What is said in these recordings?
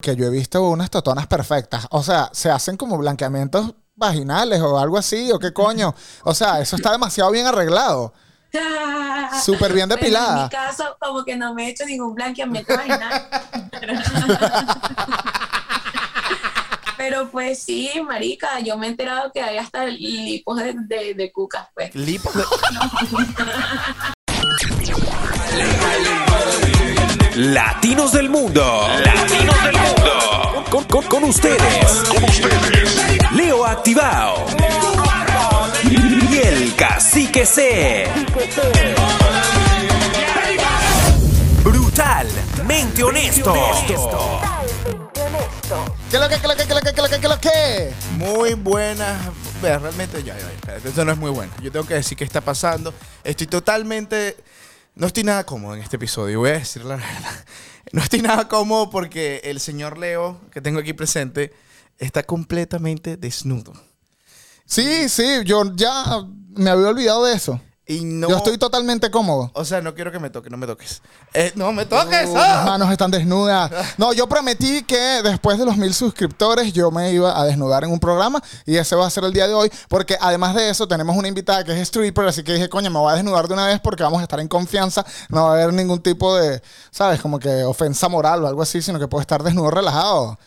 que yo he visto unas totonas perfectas. O sea, se hacen como blanqueamientos vaginales o algo así, o qué coño. O sea, eso está demasiado bien arreglado. Súper bien Bueno, en depilada. mi caso, como que no me he hecho ningún blanqueamiento vaginal. Pero pues sí, marica, yo me he enterado que hay hasta lipos de, de, de cucas, pues. Lipo de- Latinos del mundo. Latinos del mundo. Con, con- con ustedes. Leo Activado. Y el cacique C. Brutalmente honesto. ¿Qué lo que, qué lo que, qué lo que, qué lo que, qué lo que? Muy buenas. Ve, Realmente, ya, ya, espérate, esto no es muy bueno. Yo tengo que decir qué está pasando. Estoy totalmente. No estoy nada cómodo en este episodio, voy a decir la verdad. No estoy nada cómodo porque el señor Leo, que tengo aquí presente, está completamente desnudo. Sí, sí, yo ya me había olvidado de eso. Y no. Yo estoy totalmente cómodo. O sea, no quiero que me toques, no me toques. Eh, no me toques. Uh, ah. Las manos están desnudas. No, yo prometí que después de los mil suscriptores yo me iba a desnudar en un programa y ese va a ser el día de hoy porque además de eso tenemos una invitada que es stripper, así que dije, coño, me voy a desnudar de una vez porque vamos a estar en confianza, no va a haber ningún tipo de, ¿sabes? Como que ofensa moral o algo así, sino que puedo estar desnudo relajado.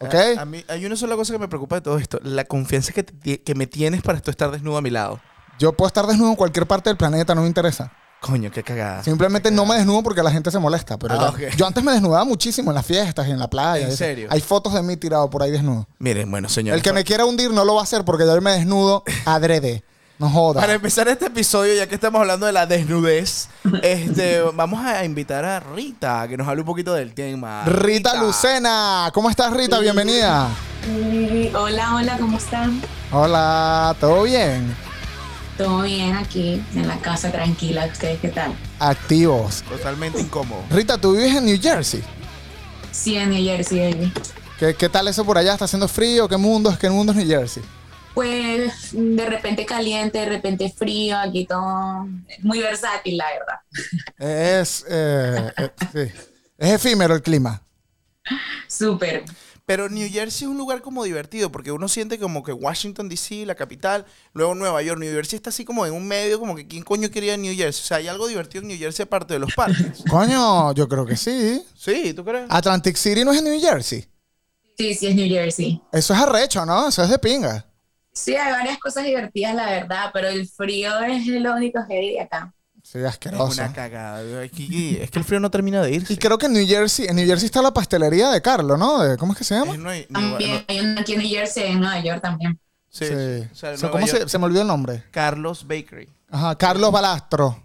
¿Ok? A, a mí hay una sola cosa que me preocupa de todo esto, la confianza que, te ti- que me tienes para tú estar desnudo a mi lado. Yo puedo estar desnudo en cualquier parte del planeta, no me interesa. Coño, qué cagada. Simplemente no me desnudo porque la gente se molesta. Pero Ah, ya- ok. yo antes me desnudaba muchísimo en las fiestas y en la playa. y ¿En eso. serio? Hay fotos de mí tirado por ahí desnudo. Miren, bueno, señor. El que me quiera hundir no lo va a hacer porque ya yo me desnudo adrede. No Para jodas. empezar este episodio, ya que estamos hablando de la desnudez, este, vamos a invitar a Rita a que nos hable un poquito del tema. Rita Lucena, ¿cómo estás Rita? Bienvenida. Y, Hola, hola, ¿cómo están? Hola, ¿todo bien? Todo bien aquí, en la casa, tranquila. ¿Ustedes qué tal? Activos. Totalmente incómodo. Rita, tú vives en New Jersey. Sí, en New Jersey, baby. ¿Qué, qué tal eso por allá? ¿Está haciendo frío? ¿Qué mundo es? ¿Qué mundo es New Jersey? Pues de repente caliente, de repente frío, aquí todo muy versátil, la verdad. Es, eh, eh, sí. es efímero el clima. Súper. Pero New Jersey es un lugar como divertido, porque uno siente como que Washington DC, la capital, luego Nueva York, New Jersey está así como en un medio, como que ¿quién coño quería New Jersey? O sea, hay algo divertido en New Jersey aparte de los parques. Coño, yo creo que sí. sí, ¿tú crees? Atlantic City no es en New Jersey. Sí, sí, es New Jersey. Eso es arrecho, ¿no? Eso es de pinga. Sí, hay varias cosas divertidas, la verdad, pero el frío es lo único que hay acá. Sí, Es asqueroso. una cagada. Aquí- Es que el frío no termina de irse. Y creo que en New Jersey, en New Jersey está la pastelería de Carlos, ¿no? De- ¿Cómo es que se llama? Es Nue- Nueva- También Nue- hay una aquí en New Jersey, en Nueva York también. sí, Sí. o sea, O sea, Nueva ¿Cómo York. se, se me olvidó el nombre? Carlos Bakery. Ajá, Carlos Balastro.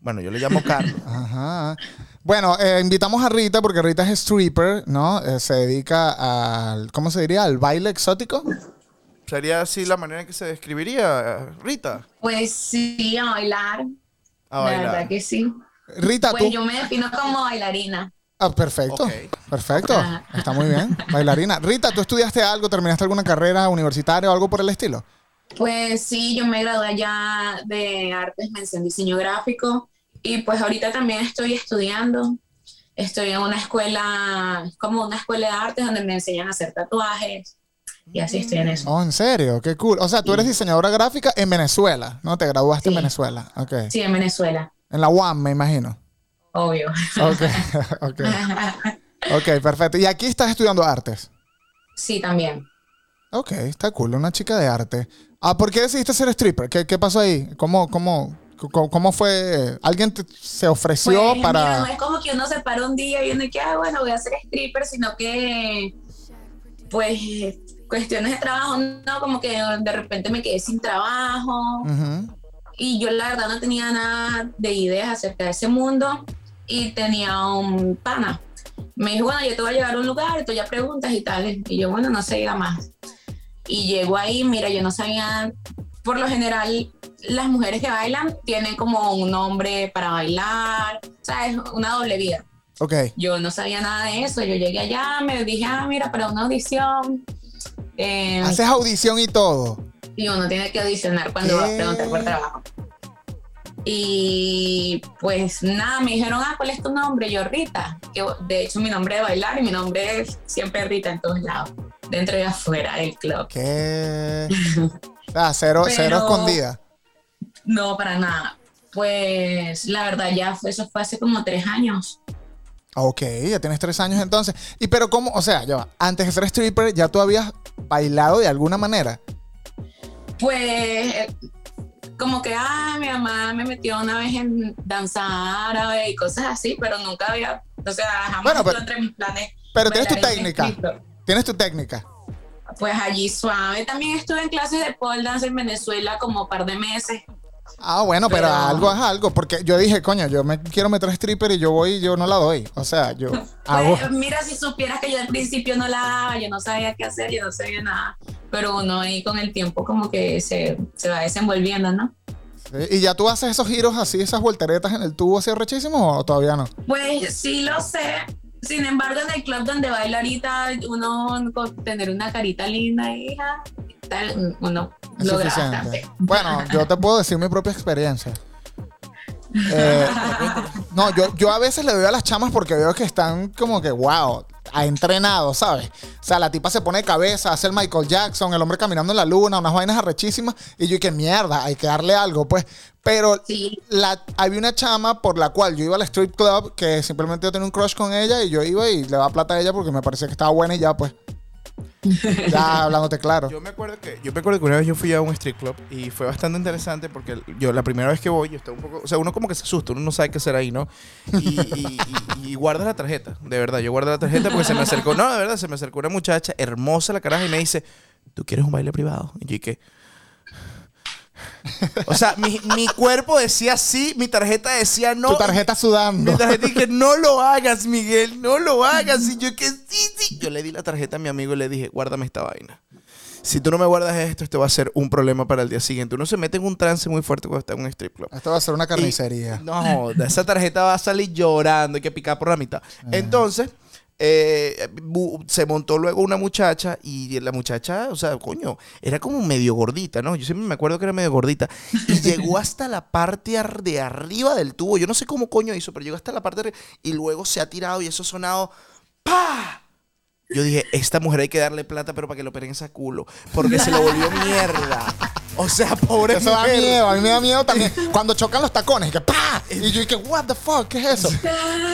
Bueno, yo le llamo Carlos. Ajá. Bueno, eh, invitamos a Rita porque Rita es stripper, ¿no? Eh, se dedica al, ¿cómo se diría? Al baile exótico. Sería así la manera en que se describiría Rita Pues sí, a bailar, a la bailar. Ah, verdad que sí. Rita, Pues tú. yo me defino como bailarina. Ah, perfecto. Ok. Perfecto. Ajá. Está muy bien. Bailarina. Rita, ¿tú estudiaste algo? ¿Terminaste alguna carrera universitaria o algo por el estilo? Pues sí, yo me gradué ya de artes, mención diseño gráfico y pues ahorita también estoy estudiando. Estoy en una escuela, es como una escuela de artes donde me enseñan a hacer tatuajes y así estoy en eso. Oh, en serio, qué cool. O sea, tú eres diseñadora gráfica en Venezuela, ¿no? Te graduaste en Sí. Venezuela. Ok. Sí, en Venezuela, En la UAM, me imagino. obvio. Ok, ok. Ok, perfecto. Y aquí estás estudiando artes. Sí, también. Ok, está cool, una chica de arte. Ah, ¿por qué decidiste ser stripper? ¿Qué, qué pasó ahí? ¿Cómo, cómo, cómo, cómo fue? ¿Alguien te- se Pues, ofreció mira, no para...? es como que uno se para un día y uno que, ah, bueno, voy a ser stripper, sino que, pues, cuestiones de trabajo, no, como que de repente me quedé sin trabajo Ujú. y yo la verdad no tenía nada de ideas acerca de ese mundo y tenía un pana. Me dijo, bueno, yo te voy a llevar a un lugar, tú ya preguntas y tal. Y yo, bueno, no sé, ir a más. Y llego ahí, mira, yo no sabía, por lo general, las mujeres que bailan tienen como un nombre para bailar, o sea, es una doble vida. Ok, Yo no sabía nada de eso, yo llegué allá, me dije, ah, mira, para una audición. Eh, haces audición y todo. y uno tiene que audicionar cuando ¿Qué? va a preguntar por trabajo. Y pues nada, me dijeron, ah, ¿cuál es tu nombre? Yo, Rita. Que, de hecho, mi nombre de bailar y mi nombre es siempre Rita en todos lados, dentro y afuera del club. ¿Qué? Ah, cero, cero Pero- escondida. No, para nada. Pues la verdad, ya fue, eso fue hace como tres años. Ok, ya tienes tres años entonces. Y pero cómo, o sea, ya va, antes de ser stripper ya tú habías bailado de alguna manera. Pues eh, como que, ah, mi mamá me metió una vez en danza árabe y cosas así, pero nunca había, o sea, jamás Bueno, estuvo pero- entre mis planes. pero tienes tu bailar en técnica. stripper. Tienes tu técnica. Pues allí suave. También estuve en clases de pole dance en Venezuela como par de meses. Ah, bueno, pero, Pero- algo es algo, porque yo dije, coño, yo me quiero meter a stripper y yo voy y yo no la doy. O sea, yo Ah, Ah, hago. Pues, mira, si supieras que yo al principio no la daba, yo no sabía qué hacer, yo no sabía nada. Pero uno ahí con el tiempo como que se, se va desenvolviendo, ¿no? Y ya tú haces esos giros así, esas volteretas en el tubo así rechísimos o todavía no. Pues sí lo sé. Sin embargo, en el club donde baila ahorita, uno con tener una carita linda, hija, tal, uno Es logra suficiente. bastante. Bueno, yo te puedo decir mi propia experiencia. Eh, no, yo, yo a veces le doy a las chamas porque veo que están como que, wow, ha entrenado, ¿sabes? O sea, la tipa se pone de cabeza, hace el Michael Jackson, el hombre caminando en la luna, unas vainas arrechísimas. Y yo, que mierda, hay que darle algo, pues. Pero Sí. la, había una chama por la cual yo iba al strip club que simplemente yo tenía un crush con ella y yo iba y le daba plata a ella porque me parecía que estaba buena y ya, pues. Ya hablándote claro. Yo me acuerdo que yo me acuerdo que una vez yo fui a un strip club y fue bastante interesante porque yo la primera vez que voy yo estaba un poco, o sea, uno como que se asusta, uno no sabe qué será ahí, ¿no? Y, y, y- y guarda la tarjeta, de verdad, yo guardo la tarjeta porque se me acercó, no, de verdad, se me acercó una muchacha hermosa la caraja y me dice, "¿Tú quieres un baile privado?" Y yo y que O sea, mi, mi cuerpo decía sí, mi tarjeta decía no. tu tarjeta sudando. Mi tarjeta dije, no lo hagas, Miguel, no lo hagas. Y yo que sí, sí. Yo le di la tarjeta a mi amigo y le dije, guárdame esta vaina. Si tú no me guardas esto, esto va a ser un problema para el día siguiente. Uno se mete en un trance muy fuerte cuando está en un strip club. Esto va a ser una carnicería. Y- no, de esa tarjeta va a salir llorando, hay que picar por la mitad. Entonces, eh, bu- se montó luego una muchacha y la muchacha, o sea, coño, era como medio gordita, ¿no? Yo siempre me acuerdo que era medio gordita. Y llegó hasta la parte ar- de arriba del tubo. Yo no sé cómo coño hizo, pero llegó hasta la parte de arriba y luego se ha tirado y eso ha sonado ¡pa! Yo dije, esta mujer hay que darle plata, pero para que lo operen esa culo. Porque se lo volvió mierda. O sea, pobre Eso da mujer. miedo, a mí me da miedo también. Cuando chocan los tacones, que ¡pa! Y yo dije, ¿what the fuck? ¿Qué es eso?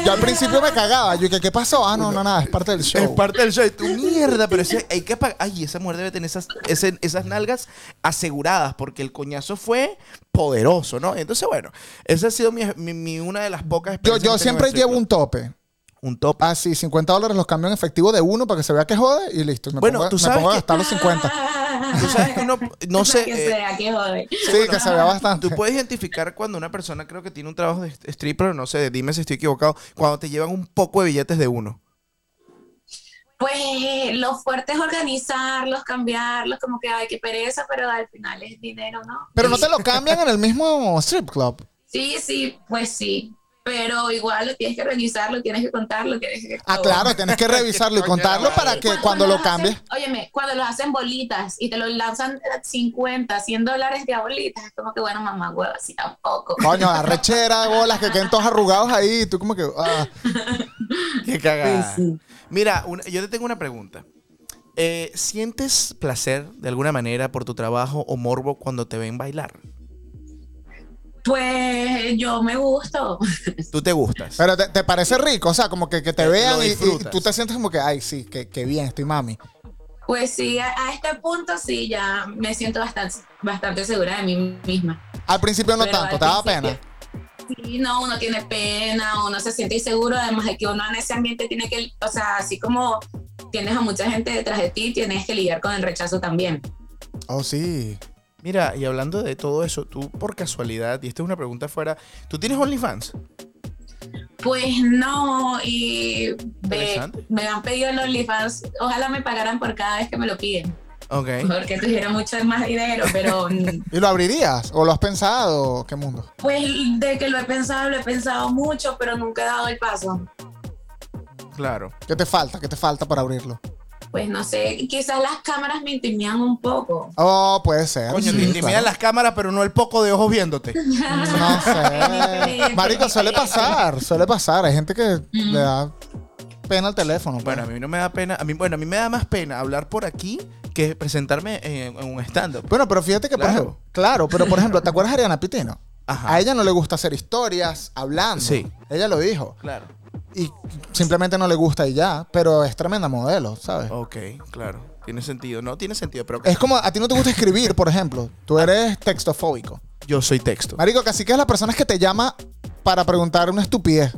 Yo al principio me cagaba. Yo dije, ¿qué pasó? Ah, no, no, nada, es parte del show. Es parte del show. Y tú, mierda, pero ese- hay que pagar. Ay, esa mujer debe tener esas, ese- esas nalgas aseguradas porque el coñazo fue poderoso, ¿no? Entonces, bueno, esa ha sido mi, mi- mi- una de las pocas yo yo experiencias que tengo siempre en el llevo un Ah. strip tope. club. un top. Así, 50 dólares los cambio en efectivo de uno para que se vea que jode y listo. Me Bueno, pongo, tú me sabes pongo a que- gastar los 50. Tú sabes que uno, no sé, Que eh, sea, que jode. Sí, que se vea bastante. tú puedes identificar cuando una persona creo que tiene un trabajo de est- stripper, no sé, dime si estoy equivocado, cuando te llevan un poco de billetes de uno. Pues lo fuerte es organizarlos, cambiarlos, como que ay, qué pereza, pero al final es dinero, ¿no? Pero no Y- te lo cambian en el mismo strip club. Sí, sí, pues sí. Pero igual lo tienes que organizarlo, tienes que contarlo, tienes que. Ah, claro, tienes que revisarlo y contarlo para que cuando lo los hacen- cambies. óyeme, cuando los hacen bolitas y te los lanzan eh, 50, 100 dólares de a bolitas, es como que bueno, mamá, hueva, así tampoco. Coño, arrechera, bolas que queden todos arrugados ahí. y Tú como que. ah. Qué cagada. Mira, una- yo te tengo una pregunta. Eh, ¿Sientes placer de alguna manera por tu trabajo o morbo cuando te ven bailar? Pues yo me gusto. Tú te gustas. Pero te, te parece rico, o sea, como que, que te Lo vean y- y, disfrutas. tú te sientes como que, ay, sí, que, que bien, estoy mami. Pues sí, a, a este punto sí, ya me siento bastante, bastante segura de mí misma. Al principio no Pero tanto, al te daba pena. principio- Sí, no, uno tiene pena, uno se siente inseguro, además de que uno en ese ambiente tiene que, o sea, así como tienes a mucha gente detrás de ti, tienes que lidiar con el rechazo también. Oh, sí. Mira, y hablando de todo eso, tú por casualidad, y esta es una pregunta fuera, ¿tú tienes OnlyFans? Pues no, y me, Interesante. me han pedido en OnlyFans, ojalá me pagaran por cada vez que me lo piden, Ok. porque tuviera mucho más dinero, pero mm, ¿Y lo abrirías? ¿O lo has pensado? ¿Qué mundo? pues de que lo he pensado, lo he pensado mucho, pero nunca he dado el paso. Claro. ¿Qué te falta? ¿Qué te falta para abrirlo? pues no sé, quizás las cámaras me intimidan un poco. Oh, puede ser. Coño, sí, te intimidan claro. las cámaras, pero no el poco de ojos viéndote. No sé. Marico, suele pasar, suele pasar. Hay gente que le da pena al teléfono. pues. Bueno, a mí no me da pena. A mí, bueno, a mí me da más pena hablar por aquí que presentarme en, en un stand-up. Bueno, pero fíjate que, Claro. por ejemplo, claro, pero por ejemplo, ¿te acuerdas de Ariana Pitino? Ajá. A ella no le gusta hacer historias, hablando. Sí. Ella lo dijo. Claro. Y simplemente no le gusta y ya, pero es tremenda modelo, ¿sabes? Ok, claro. Tiene sentido. No, tiene sentido, pero Es como, a ti no te gusta escribir, por ejemplo. Tú Ah. eres textofóbico. yo soy texto. Marico, casi que es la persona que te llama para preguntar una estupidez.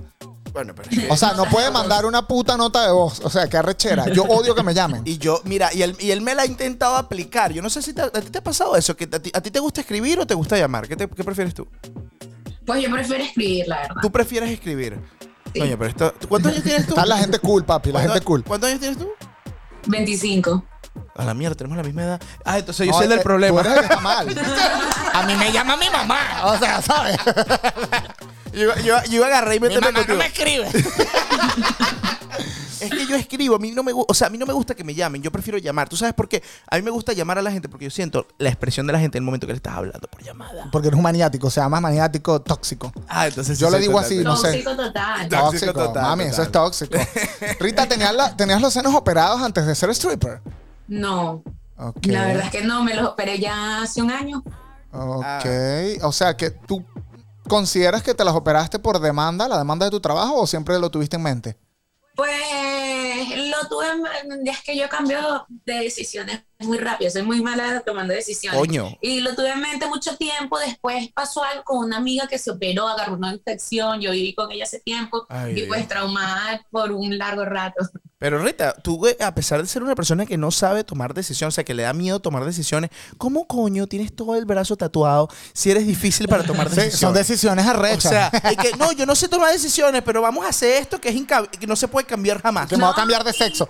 Bueno, pero es que- O sea, no puede mandar una puta nota de voz. O sea, qué arrechera. Yo odio que me llamen. Y yo, mira, y él, y él me la ha intentado aplicar. Yo no sé si te- a ti te ha pasado eso, que a ti, a ti te gusta escribir o te gusta llamar. ¿Qué, te- qué prefieres tú? Pues yo prefiero escribir, la verdad. Tú prefieres escribir. Coño, pero esto. ¿Cuántos años tienes tú? Está la gente cool, papi. La ¿Cuántos- gente cool. ¿Cuántos años tienes tú? 25. A la mierda, tenemos la misma edad. Ah, entonces yo No, sé el eh, del problema. tú eres el que está mal. A mí me llama mi mamá. O sea, ¿sabes? Yo, yo, yo agarré y me Mi mamá no contigo. me escribe. Es que yo escribo, a mí no me gusta, o sea, a mí no me gusta que me llamen, yo prefiero llamar. ¿Tú sabes por qué? A mí me gusta llamar a la gente porque yo siento la expresión de la gente en el momento que le estás hablando por llamada. Porque eres un maniático. O sea, más maniático tóxico. Ah, entonces Yo le digo así, No sé. Tóxico total. Tóxico Tóxico. total, Mami, eso es total. tóxico. Rita, ¿tenías, la- tenías los senos operados antes de ser stripper? No. Ok. La verdad es que no, me los operé ya hace un año. Ok. O sea, que tú consideras que te las operaste por demanda, la demanda de tu trabajo, o siempre lo tuviste en mente? Pues lo tuve, en- es que yo cambio de decisiones muy rápido, soy muy mala tomando decisiones. Coño. Y lo tuve en mente mucho tiempo, después pasó algo con una amiga que se operó, agarró una infección, yo viví con ella hace tiempo Ay, y Dios. pues traumada por un largo rato. Pero Rita, tú, güey, a pesar de ser una persona que no sabe tomar decisiones, o sea, que le da miedo tomar decisiones, ¿cómo coño tienes todo el brazo tatuado si eres difícil para tomar Sí, decisiones? son decisiones O arrechas. sea, es que no, yo no sé tomar decisiones, pero vamos a hacer esto que es inca- que no se puede cambiar jamás. que me voy a cambiar de sexo.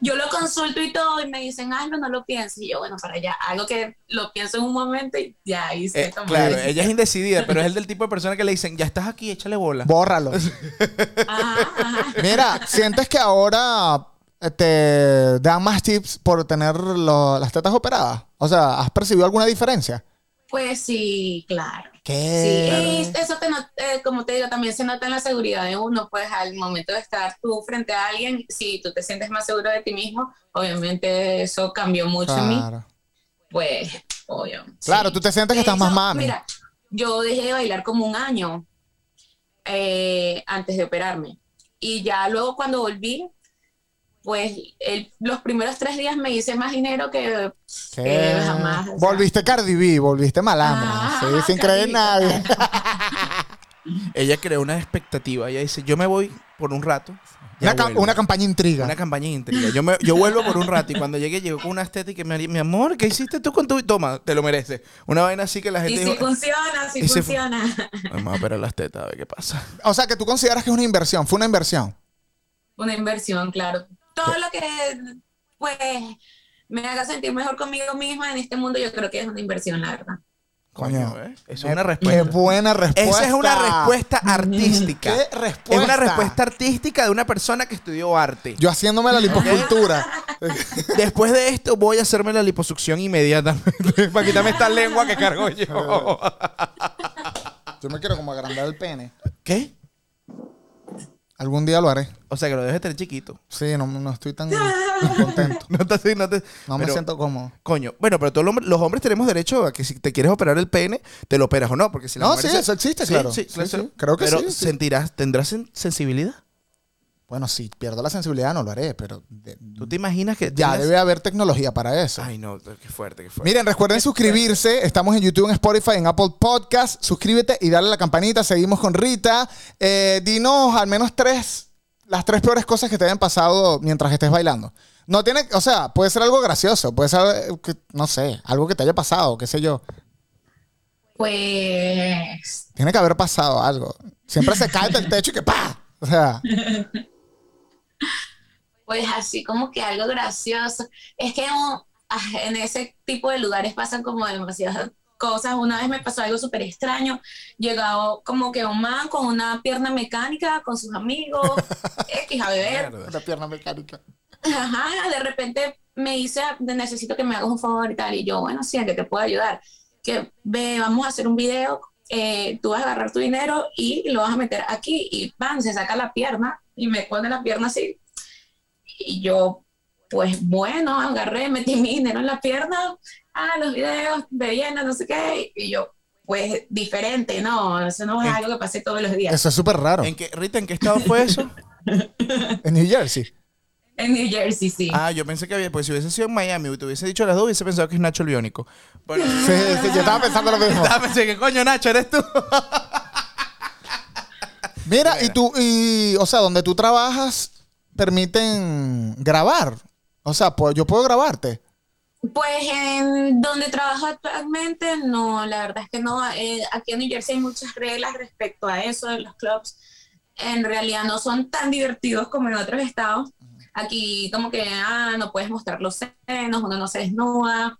Yo lo consulto y todo y me dicen, hazlo, no lo pienses. Y yo, bueno, para allá, algo que lo pienso en un momento y ya hice. Eh, claro, ella es indecidida, pero es el del tipo de persona que le dicen, ya estás aquí, échale bola. Bórralo. Ajá, ajá. Mira, ¿sientes que ahora eh, te dan más tips por tener lo- las tetas operadas? O sea, ¿has percibido alguna diferencia? Pues sí, claro. ¿Qué? Sí, y eso te not- eh, como te digo, también se nota en la seguridad de uno, pues al momento de estar tú frente a alguien, si tú te sientes más seguro de ti mismo, obviamente eso cambió mucho en mí, Claro. pues, obvio. sí. Claro, tú te sientes que estás De más hecho, mami. Mira, yo dejé de bailar como un año eh, antes de operarme, y ya luego cuando volví, pues el- los primeros tres días me hice más dinero que, ¿Qué? que jamás. o sea. volviste Cardi B, volviste malandra. Ah, sí, sin creer en Cardi B, nadie. Ella creó una expectativa. Ella dice, yo me voy por un rato. ya Una, ca- vuelvo". una campaña intriga. Una campaña de intriga. Yo, me- yo vuelvo por un rato y cuando llegué llegó con una estética y me dijo, mi amor, ¿qué hiciste tú con tu... Toma, te lo mereces. Una vaina así que la Y gente si dijo, funciona, si Y si fu- funciona. "Ay, me voy a operar las tetas, a ver qué pasa. O sea, que tú consideras que es una inversión. Fue una inversión. Una inversión, claro. Todo lo que, pues, me haga sentir mejor conmigo misma en este mundo, yo creo que es una inversión, la verdad. Coño, Coño, ¿eh? Esa es una Qué respuesta. buena respuesta. Esa es una respuesta artística. ¿Qué respuesta? Es una respuesta artística de una persona que estudió arte. Yo haciéndome la lipocultura. Después de esto voy a hacerme la liposucción inmediatamente para quitarme esta lengua que cargo yo. Yo me quiero como agrandar el pene. ¿Qué? Algún día lo haré. O sea, que lo dejes tener chiquito. Sí, no, no estoy tan contento. No te, no te- No me pero- siento cómomo. Coño, bueno, pero todos los hombres- los hombres tenemos derecho a que si te quieres operar el pene, te lo operas o no, porque si la No, mujer sí, se- eso existe, Sí, claro. sí, Sí, claro, sí. sí. Creo que Pero sí, sí. sentirás, tendrás sen- sensibilidad. Bueno, si pierdo la sensibilidad, no lo haré, pero de- ¿Tú te imaginas que ya tengas- debe haber tecnología para eso. Ay, no, qué fuerte, qué fuerte. Miren, recuerden suscribirse. Estamos en YouTube, en Spotify, en Apple Podcast. Suscríbete y dale a la campanita. Seguimos con Rita. Eh, dinos al menos tres, las tres peores cosas que te hayan pasado mientras estés bailando. No tiene, o sea, puede ser algo gracioso, puede ser, eh, que- no sé, algo que te haya pasado, qué sé yo. Pues, Tiene que haber pasado algo. Siempre se cae del techo y que ¡pa! O sea, pues así como que algo gracioso. Es que en, ah, en ese tipo de lugares pasan como demasiadas cosas. Una vez me pasó algo súper extraño. Llegaba como que un man con una pierna mecánica, con sus amigos, X a beber. Mierda. La pierna mecánica. Ajá, de repente me dice, "Ah, necesito que me hagas un favor y tal. Y yo, bueno, sí, ¿en qué te puedo ayudar? Que ve, vamos a hacer un video, eh, tú vas a agarrar tu dinero y lo vas a meter aquí. Y pan, se saca la pierna y me pone la pierna así. Y yo, pues bueno, agarré, metí mi dinero en la pierna, ah, los videos, bebiendo, no sé qué. Y yo, pues diferente, no, eso no es algo que pase todos los días. Eso es súper raro. ¿En qué, Rita, ¿en qué estado fue eso? En New Jersey. En New Jersey, sí. Ah, yo pensé que había, pues si hubiese sido en Miami, te hubiese dicho las dos, hubiese pensado que es Nacho el Biónico. Bueno, Sí, sí, yo estaba pensando lo mismo. pensé que coño, Nacho, eres tú. Mira, y tú, y, o sea, donde tú trabajas, permiten grabar. O sea, pues yo puedo grabarte. Pues en donde trabajo actualmente, no, la verdad es que no. Eh, aquí en New Jersey hay muchas reglas respecto a eso de los clubs. En realidad no son tan divertidos como en otros estados. Aquí como que, ah, no puedes mostrar los senos, uno no se desnuda,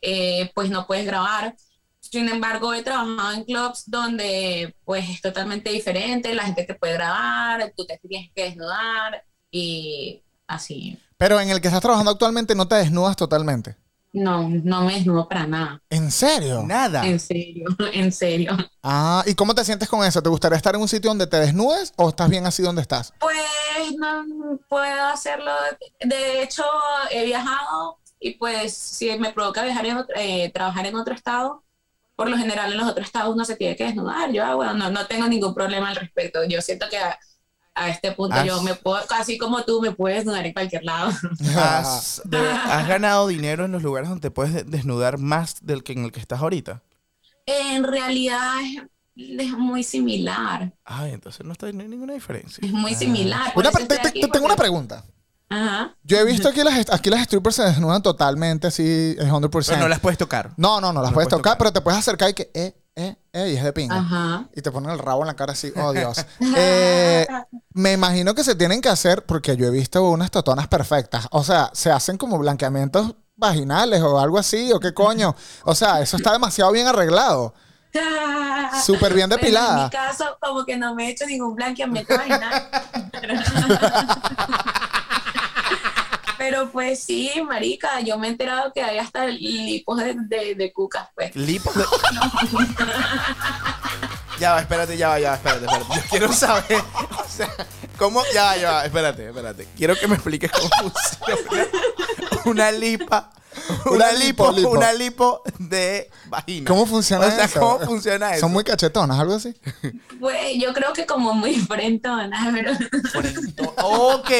eh, pues no puedes grabar. Sin embargo, he trabajado en clubs donde pues es totalmente diferente, la gente te puede grabar, tú te tienes que desnudar y así. Pero en el que estás trabajando actualmente no te desnudas totalmente. No, no me desnudo para nada. ¿En serio? Nada. En serio, en serio. Ah, ¿y cómo te sientes con eso? ¿Te gustaría estar en un sitio donde te desnudes o estás bien así donde estás? Pues no puedo hacerlo. De hecho, he viajado y pues si me provoca viajar en otro- eh, trabajar en otro estado, por lo general en los otros estados no se tiene que desnudar. Yo, ah, bueno, no, no tengo ningún problema al respecto. Yo siento que a, a este punto Ah, yo sí. me puedo, así como tú, me puedes desnudar en cualquier lado. Has, de- has ganado dinero en los lugares donde te puedes de- desnudar más del que en el que estás ahorita. En realidad es, es muy similar, Ah, Ay, entonces no, está, no hay ninguna diferencia. es muy similar. por Una eso pre- te, estoy te- aquí, te tengo una porque- pregunta. Ajá. Yo he visto que las, aquí las strippers se desnudan totalmente así, es 100%. Pero no las puedes tocar. no, no, no las no puedes tocar, pero te puedes acercar y que, eh, eh, eh, y es de pinga. Ajá. Y te ponen el rabo en la cara así, oh Dios. Eh, me imagino que se tienen que hacer, porque yo he visto unas totonas perfectas. O sea, se hacen como blanqueamientos vaginales o algo así, o qué coño. O sea, eso está demasiado bien arreglado. Ah. Súper bien Bueno, Pues, en depilada. mi caso, como que no me he hecho ningún blanqueamiento vaginal. Pero, Pero pues sí, marica, yo me he enterado que hay hasta lipos de, de, de cucas, pues. Lipos de- ya va, espérate, ya va, ya va, espérate, espérate. Yo quiero saber, o sea, cómo, ya va, ya va, espérate, espérate. Quiero que me expliques cómo funciona una lipa, una, Una lipo, lipo, lipo. una lipo de vagina. ¿Cómo funciona O sea, eso? ¿cómo funciona eso? Son muy cachetonas, algo así. Pues yo creo que como muy frentonas, pero Ok,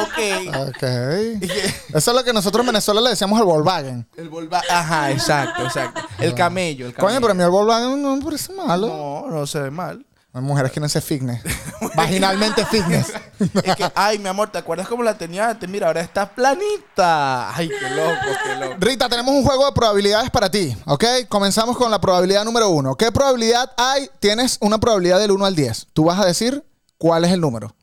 ok. Ok. Eso es lo que nosotros en Venezuela le decíamos al Volkswagen. El volva, ajá, exacto, exacto. El camello, el camello. Ah. Coño, pero a mí el Volkswagen no me parece malo. No, no se ve mal. Las mujeres quieren ser fitness. Vaginalmente fitness. Es que, ay, mi amor, ¿te acuerdas cómo la tenía antes? Mira, ahora está planita. Ay, qué loco, qué loco. Rita, tenemos un juego de probabilidades para ti, ¿ok? Comenzamos con la probabilidad número uno. ¿Qué probabilidad hay? Tienes una probabilidad del 1 al 10. Tú vas a decir cuál es el número.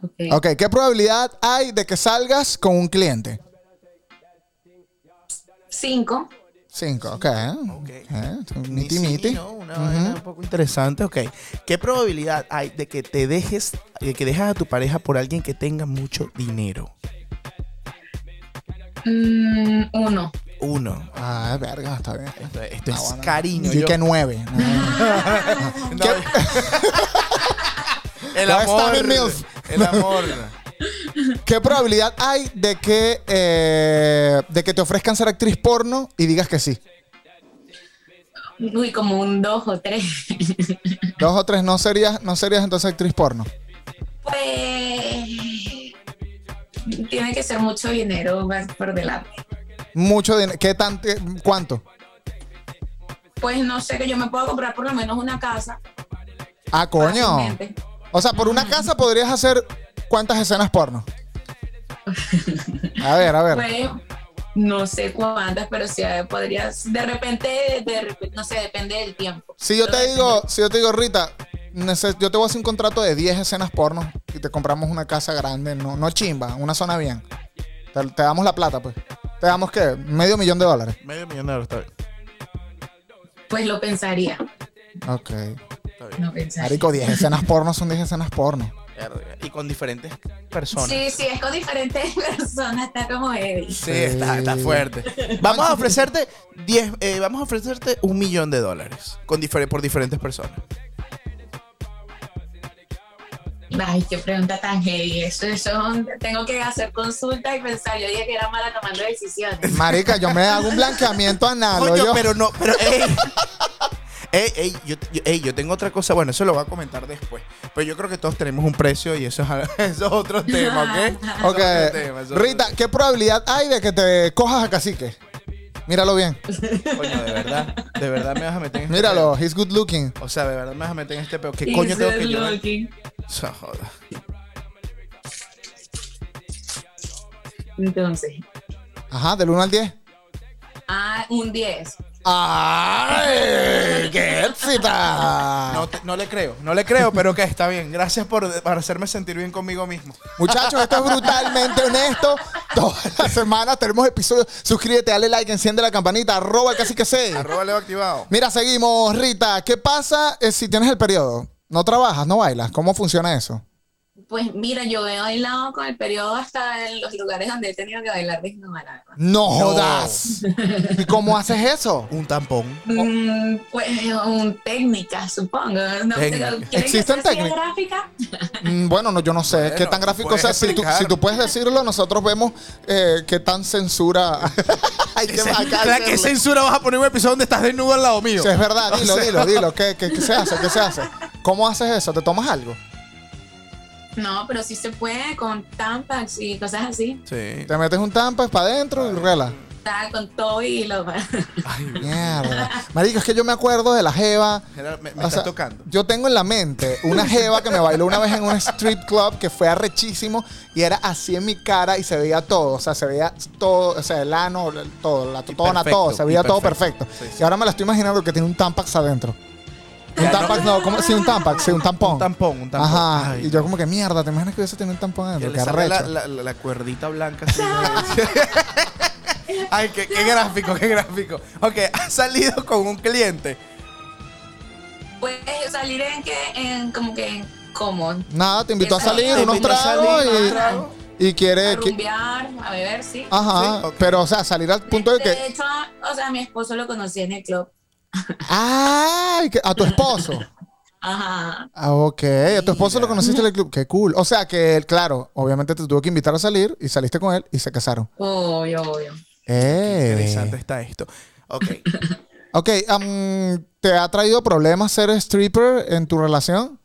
okay. Ok, ¿qué probabilidad hay de que salgas con un cliente? cinco. Cinco, ok. ¿Eh? Ok, Ni Miti, sí, miti. ¿no? Una vaina un poco interesante, ok. ¿Qué probabilidad hay de que te dejes, de que dejas a tu pareja por alguien que tenga mucho dinero? Mm, uno. Uno. Ah, verga, está bien. Esto, esto Ah, es bueno. pues, cariño. Yo yo- que nueve. ¿Eh? No, ¿Qué- el No está amor. mi milf. El amor. ¿Qué probabilidad hay de que, eh, de que te ofrezcan ser actriz porno y digas que sí? Uy, como un dos o tres. Dos o tres, no serías, no serías entonces actriz porno. Pues tiene que ser mucho dinero más por delante. Mucho dinero. ¿Qué tanto? ¿Cuánto? Pues no sé, que yo me puedo comprar por lo menos una casa. Ah, coño. Fácilmente. O sea, por una casa podrías hacer cuántas escenas porno. A ver, a ver. Pues no sé cuántas, pero sí eh, podrías, de repente, de repente, no sé, depende del tiempo. Si yo Todo te digo, si yo te digo, Rita, neces- yo te voy a hacer un contrato de 10 escenas porno y te compramos una casa grande, no, no chimba, una zona bien. Te, te damos la plata, pues. Te damos qué? Medio millón de dólares. Medio millón de dólares, está bien. Pues lo pensaría. Ok. Lo pensaría. Marico, 10 escenas porno son 10 escenas porno. Verga. Y con diferentes personas. Sí, Sí, sí, es con diferentes personas, está como heavy. Está, está fuerte. Vamos a ofrecerte 10, eh, vamos a ofrecerte un millón de dólares con difer- por diferentes personas. Ay, qué pregunta tan heavy. Eso, eso, tengo que hacer consulta y pensar. Yo dije que era mala tomando decisiones. Marica, yo me hago un blanqueamiento anal. Coño, Ah, yo. pero no, pero ey. Ey, ey, yo, yo- ey, yo tengo otra cosa, bueno, eso lo voy a comentar después. Pero yo creo que todos tenemos un precio y eso es, a- eso es otro tema, ¿ok? Eso Ok. es otro tema, eso es Rita, ¿qué probabilidad hay de que te cojas a cacique? Míralo bien. otro- Coño, de verdad, de verdad me vas a meter en este Míralo, he's good looking. peo. O sea, de verdad me vas a meter en este peo. ¿Qué Y coño tengo ser que llorar? lucky. O sea, joda. Entonces, Ajá, del 1 al 10. ah, un 10. ¡Ay! ¡Qué éxita! No, te- no le creo, no le creo, pero que está bien. Gracias por, por hacerme sentir bien conmigo mismo. Muchachos, esto es brutalmente honesto. Todas las semanas tenemos episodios. Suscríbete, dale like, enciende la campanita, arroba el cacique C. Arroba Leo activado. Mira, seguimos, Rita. ¿Qué pasa eh, si tienes el periodo? No trabajas, no bailas. ¿Cómo funciona eso? Pues mira, yo he bailado con el periodo hasta en los lugares donde he tenido que bailar desnuda, la verdad. No jodas. ¿Y cómo haces eso? Un tampón. Mm, pues un técnica, supongo. No, sé, Técnica. ¿quieren que ¿Existen sea así de técnicas? gráfica? Mm, Bueno, no, yo no sé qué tan tú gráfico puedes sea. Si tú, explicar. si tú puedes decirlo, nosotros vemos eh, qué tan censura. Hay que acá ¿Para qué hacerle. censura vas a poner un episodio donde estás desnudo al lado mío? Sí, es verdad, O dilo, sea, dilo, dilo. ¿Qué, qué, qué se hace? ¿Qué se hace? ¿Cómo haces eso? ¿Te tomas algo? No, pero sí se puede con tampax y cosas así. Sí. Te metes un tampa para adentro y rela. Está con todo y lo Mierda. Marico, es que yo me acuerdo de la Jeva. Era- Me, me O estás sea, tocando. Yo tengo en la mente una jeva que me bailó una vez en un strip club que fue arrechísimo y era así en mi cara y se veía todo. O sea, se veía todo, o sea, el ano, el- todo, la totona, perfecto, todo, se veía y todo perfecto. perfecto. Sí, sí. Y ahora me la estoy imaginando que tiene un tampax adentro. Ya, Un tampax, no, ¿cómo? Sí, un tampax, sí, un tampón. Un tampón, un tampón. Ajá. Ay, y yo como que mierda, te imaginas que hubiese tenido un tampón que adentro. le Qué sale la, arrecho. la, la- la cuerdita blanca. así de- Ay, qué, qué gráfico, qué gráfico. Ok, has salido con un cliente. Puedes salir en que, en como que en como Nada, te invitó a Esa- salir, te unos invitó a tragos salir, unos y, tragos. y quiere. a qui- rumbear, a beber, sí. Ajá, Sí, ok. pero o sea, salir al Ah, punto de que. hecho, o sea, mi esposo lo conocí en el club. ¡Ay! que- A tu esposo. Ajá. Ah, ok. A tu esposo lo conociste en el club. Qué cool. O sea que él, claro, obviamente te tuvo que invitar a salir y saliste con él y se casaron. Obvio, obvio. ¡Eh! Interesante está esto. Ok. Ok, am, ¿te ha traído problemas ser stripper en tu relación?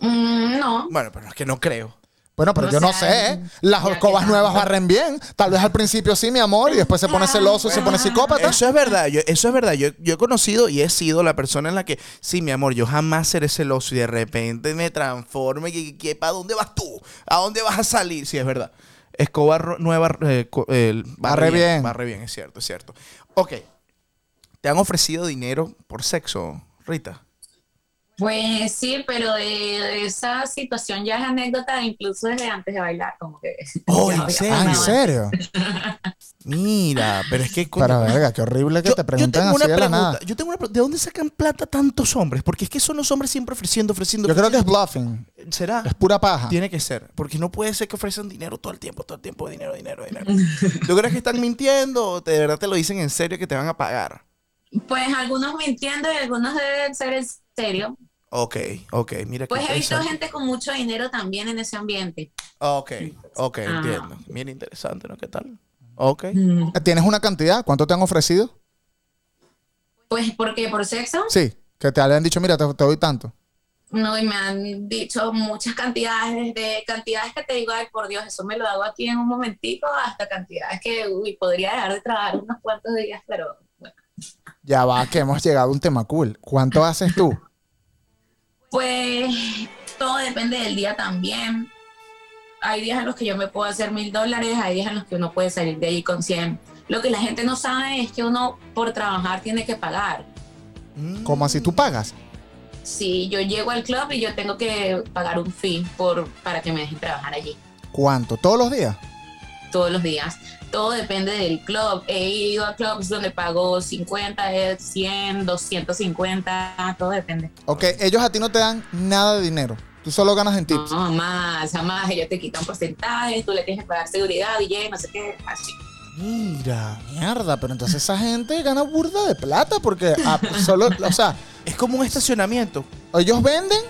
Mm, no. Bueno, pero es que no creo. Bueno, pero O yo no sea, sé. ¿eh? Las ya que escobas no. nuevas barren bien. Tal vez al principio sí, mi amor, y después se pone celoso y se pone psicópata. Eso Ah, es verdad, yo, eso es verdad. Yo, yo he conocido y he sido la persona en la que, sí, mi amor, yo jamás seré celoso y de repente me transformo y que, ¿para dónde vas tú? ¿A dónde vas a salir? Sí, es verdad. Escoba ro- nueva, eh, co- el- Barre bien. Barre bien, es cierto, es cierto. Ok, ¿te han ofrecido dinero por sexo, Rita? Pues sí, pero de, de esa situación ya es anécdota, incluso desde antes de bailar, como que. Oh, ya ¿en había serio? Ah, ¿en pasado. serio? Mira, pero es que... coño, Pero verga, qué horrible que te preguntan así tengo una de la pregunta, nada. Yo tengo una pregunta. ¿De dónde sacan plata tantos hombres? Porque es que son los hombres siempre ofreciendo, ofreciendo. Yo creo que es bluffing. ofreciendo. ¿Será? Es pura paja. Tiene que ser, porque no puede ser que ofrecen dinero todo el tiempo, todo el tiempo, dinero, dinero, dinero. ¿Tú crees que están mintiendo o te- de verdad te lo dicen en serio que te van a pagar? Pues algunos mintiendo y algunos deben ser en serio. Ok, ok, mira Pues qué he visto interesante. gente con mucho dinero también en ese ambiente. Ok, ok, Ah. entiendo. Mira, interesante, ¿no? ¿Qué tal? Ok. ¿Tienes una cantidad? ¿Cuánto te han ofrecido? Pues porque por sexo, Sí, que te habían dicho, mira, te, te doy tanto. no, y me han dicho muchas cantidades, desde cantidades que te digo, ay, por Dios, eso me lo hago aquí en un momentico, hasta cantidades que, uy, podría dejar de trabajar unos cuantos días, pero bueno. Ya va, que hemos llegado a un tema cool. ¿Cuánto haces tú? Pues todo depende del día también. Hay días en los que yo me puedo hacer mil dólares, hay días en los que uno puede salir de allí con 100. Lo que la gente no sabe es que uno por trabajar tiene que pagar. Mm. ¿Cómo así tú pagas? Si yo llego al club y yo tengo que pagar un fee por, para que me dejen trabajar allí. ¿Cuánto? ¿Todos los días? todos los días. Todo depende del club. He ido a clubs donde pago 50, 100, 250, todo depende. Ok, ellos a ti no te dan nada de dinero. Tú solo ganas en tips. No, más, jamás. Ellos te quitan porcentajes, tú le tienes que pagar seguridad, DJ, no sé qué, así. Mira, mierda, pero entonces esa gente gana burda de plata porque ah, solo, o sea, Es como un estacionamiento. ellos venden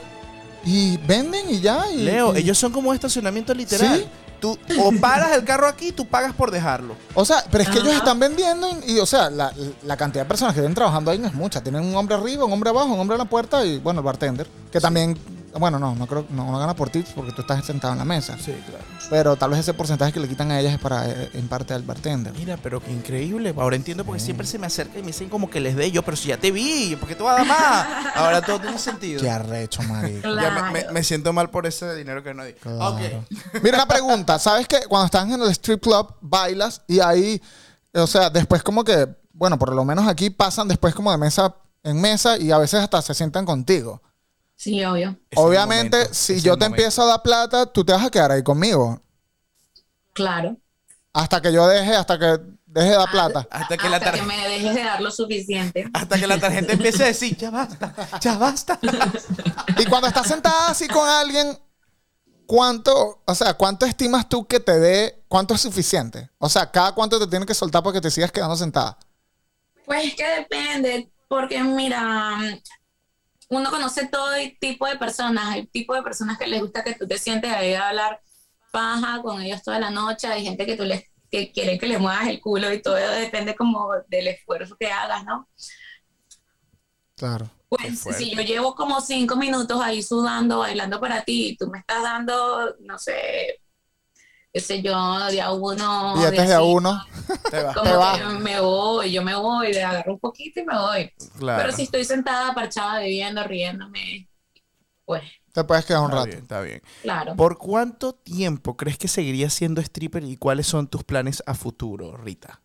y venden y ya. y- Leo, y- ellos son como un estacionamiento literal. ¿Sí? Tú o paras el carro aquí, tú pagas por dejarlo. O sea, pero es que ellos Ajá. están vendiendo y, y, o sea, la, la cantidad de personas que están trabajando ahí no es mucha. Tienen un hombre arriba, un hombre abajo, un hombre en la puerta y, bueno, el bartender. Que también, bueno, no, no creo, no, no gana por tips porque tú estás sentado en la mesa. Sí, claro. Pero tal vez ese porcentaje que le quitan a ellas es para, eh, en parte, al bartender. Mira, pero qué increíble. Ahora entiendo porque siempre se me acerca y me dicen como que les dé yo, pero si ya te vi, ¿por qué tú vas a dar más? Ahora todo tiene sentido. Qué arrecho, marico. Ya me- me, Claro. me siento mal por ese dinero que no di. Claro. Ok. Mira, una pregunta. ¿Sabes que cuando estás en el strip club bailas y ahí, o sea, después como que, bueno, por lo menos aquí pasan después como de mesa en mesa y a veces hasta se sientan contigo? Sí, obvio. Es el Obviamente, momento, si es yo el te momento. empiezo a dar plata, tú te vas a quedar ahí conmigo. Claro. Hasta que yo deje, hasta que deje de dar plata. Hasta que la Hasta tarjeta. me dejes de dar lo suficiente. Hasta que la tarjeta empiece a decir, ya basta, ya basta. Y cuando estás sentada así con alguien, ¿cuánto, o sea, cuánto estimas tú que te dé, cuánto es suficiente? O sea, cada cuánto te tienen que soltar para que te sigas quedando sentada. Pues es que depende, porque mira, mm, uno conoce todo el tipo de personas, hay tipo de personas que les gusta que tú te sientes ahí a hablar paja con ellos toda la noche, hay gente que tú les que quiere que le muevas el culo y todo depende como del esfuerzo que hagas, ¿no? Claro. Pues fuerte. si yo llevo como cinco minutos ahí sudando, bailando para ti, y tú me estás dando, no sé, qué sé yo, de a uno, Billetes de a cinco, uno. Te vas. como Te vas. que me voy, yo me voy, le agarro un poquito y me voy. Claro. Pero si estoy sentada, parchada, bebiendo, riéndome, pues Te puedes quedar un Está rato. bien, está bien. claro. ¿Por cuánto tiempo crees que seguirías siendo stripper y cuáles son tus planes a futuro, Rita?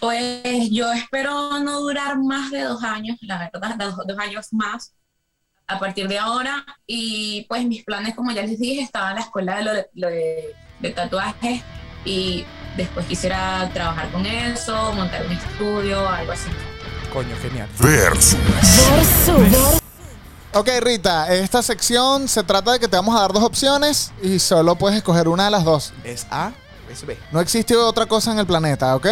Pues yo espero no durar más de dos años, la verdad, dos, dos años más a partir de ahora. Y pues mis planes, como ya les dije, estaba en la escuela de, lo de, lo de- de tatuajes y después quisiera trabajar con eso, montar un estudio, algo así. Coño, genial. Versus. Ok, Rita, esta sección se trata de que te vamos a dar dos opciones y solo puedes escoger una de las dos. Es A, es B. No existe otra cosa en el planeta, ¿ok?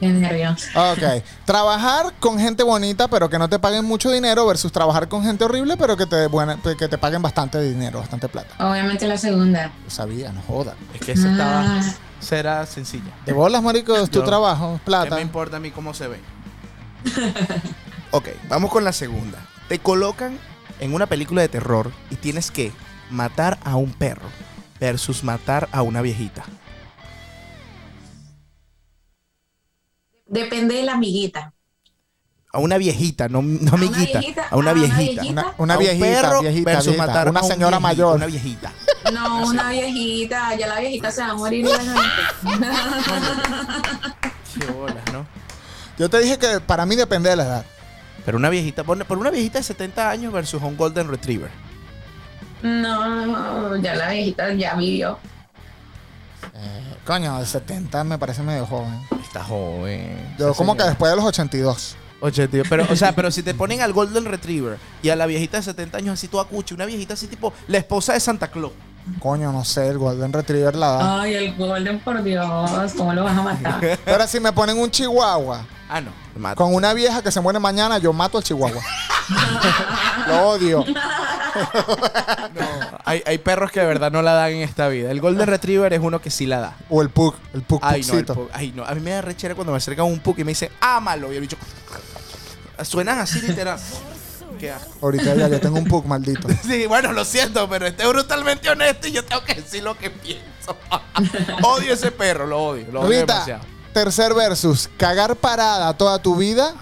Qué nervios. Ok. trabajar con gente bonita pero que no te paguen mucho dinero versus trabajar con gente horrible pero que te, dé buena- que te paguen bastante dinero, bastante plata. Obviamente la segunda. Yo sabía, no joda. Es que esa estaba, Ah. será sencilla. Te bolas, marico, es tu Yo- trabajo, es ¿Qué plata. me importa a mí cómo se ve? ok, vamos con la segunda. Te colocan en una película de terror y tienes que matar a un perro versus matar a una viejita. Depende de la amiguita. A una viejita, no, no amiguita. viejita, A una a una viejita. viejita. Una, una A un viejita, perro viejita, versus viejita, matar una a un señora viejito, mayor. Una viejita. No, una viejita, ya la viejita se va a morir. obviamente. Qué bolas, ¿no? Yo te dije que para mí depende de la edad. Pero una viejita, por por una viejita de 70 años versus un Golden Retriever. No, ya la viejita ya vivió. Eh, coño, de 70 me parece medio joven. Está joven. Yo esa como que señora. después de los 82. Oye, tío, pero, o sea, pero si te ponen al Golden Retriever y a la viejita de 70 años así toda cuchi, una viejita así tipo la esposa de Santa Claus. Coño, no sé, el Golden Retriever la Ah. da. Ay, el Golden, por Dios, ¿cómo lo vas a matar? Ahora, si me ponen un chihuahua Ah, no. me mata. con una vieja que se muere mañana, yo mato al chihuahua. Lo odio. Hay, hay perros que de verdad no la dan en esta vida. El Golden Retriever es uno que sí la da. O el pug, el pug Ay, no, el pugcito. pug- ay, no. A mí me da rechera cuando me acercan un pug y me dicen, ámalo. Y el bicho. Suenan así literal. Qué asco. Ahorita ya, yo tengo un pug maldito. Sí, bueno, lo siento, pero este es brutalmente honesto y yo tengo que decir lo que pienso. odio ese perro, lo odio, lo odio Rita, demasiado. tercer versus, cagar parada toda tu vida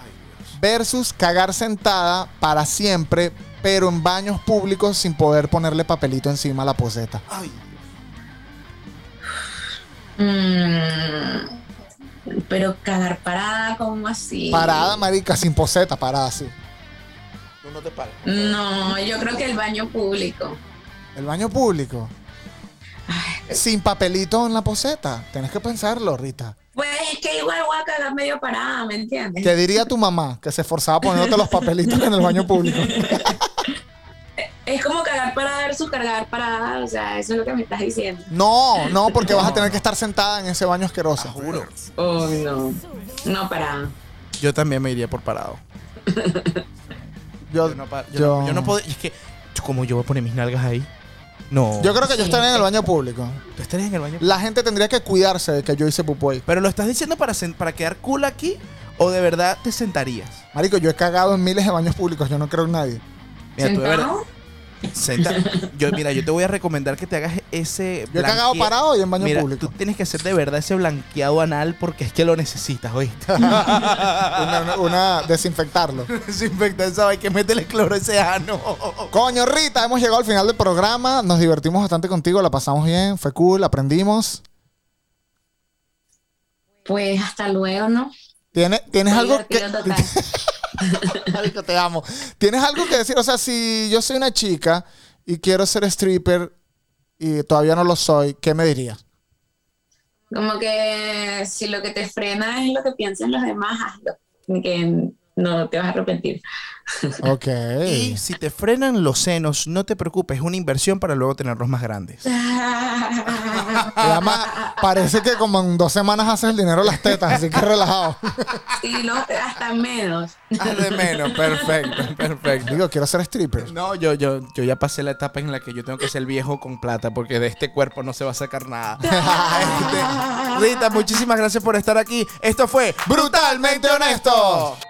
versus cagar sentada para siempre, pero en baños públicos sin poder ponerle papelito encima a la poseta. Ay, Mm, pero cagar parada, ¿cómo así? Parada, marica, sin poseta, parada así. tú no te pares. No, yo creo que el baño público. El baño público. Ay, sin papelito en la poseta. Tienes que pensarlo, Rita. Pues es que igual voy a cagar medio parada, ¿me entiendes? ¿Qué diría tu mamá que se esforzaba poniéndote los papelitos en el baño público? Es como cagar parada versus cargar parada, o sea, eso es lo que me estás diciendo. No, no, porque vas a tener que estar sentada en ese baño asqueroso. Juro. Oh, no. No parada. Yo también me iría por parado. Yo, Yo no, pa- yo yo- no- yo no puedo. Es que, como yo voy a poner mis nalgas ahí. No. yo creo que yo estaría en el baño público. Tú estarías en el baño. La gente tendría que cuidarse de que yo hice pupú ahí. Pero lo estás diciendo para, sen- para quedar cool aquí o de verdad te sentarías. Marico, yo he cagado en miles de baños públicos, yo no creo en nadie. Mira, tú de verdad. ¿Sentado? Senta. Yo, mira, yo te voy a recomendar que te hagas ese. Yo he cagado blanquea- parado y en baño Mira, público. tú tienes que hacer de verdad ese blanqueado anal porque es que lo necesitas, ¿oíste? Una, una- una- desinfectarlo. Desinfectar, ¿sabes? Que métele cloro a ese ano. Coño, Rita, hemos llegado al final del programa. Nos divertimos bastante contigo, la pasamos bien, fue cool, aprendimos. Pues hasta luego, ¿no? ¿Tiene, ¿Tienes Fue algo que. divertido total. Marico, te amo. ¿Tienes algo que decir? O sea, si yo soy una chica y quiero ser stripper y todavía no lo soy, ¿qué me dirías? Como que si lo que te frena es lo que piensan los demás, hazlo. Que no te vas a arrepentir. Ok. Y si te frenan los senos, no te preocupes, es una inversión para luego tenerlos más grandes. Además, parece que como en dos semanas haces el dinero de las tetas, así que relajado. Y lo, hasta menos. Haz Ah, de menos, perfecto, perfecto. Digo, quiero ser stripper. No, yo, yo, yo ya pasé la etapa en la que yo tengo que ser viejo con plata, porque de este cuerpo no se va a sacar nada. Este, Rita, muchísimas gracias por estar aquí. Esto fue Brutalmente Honesto.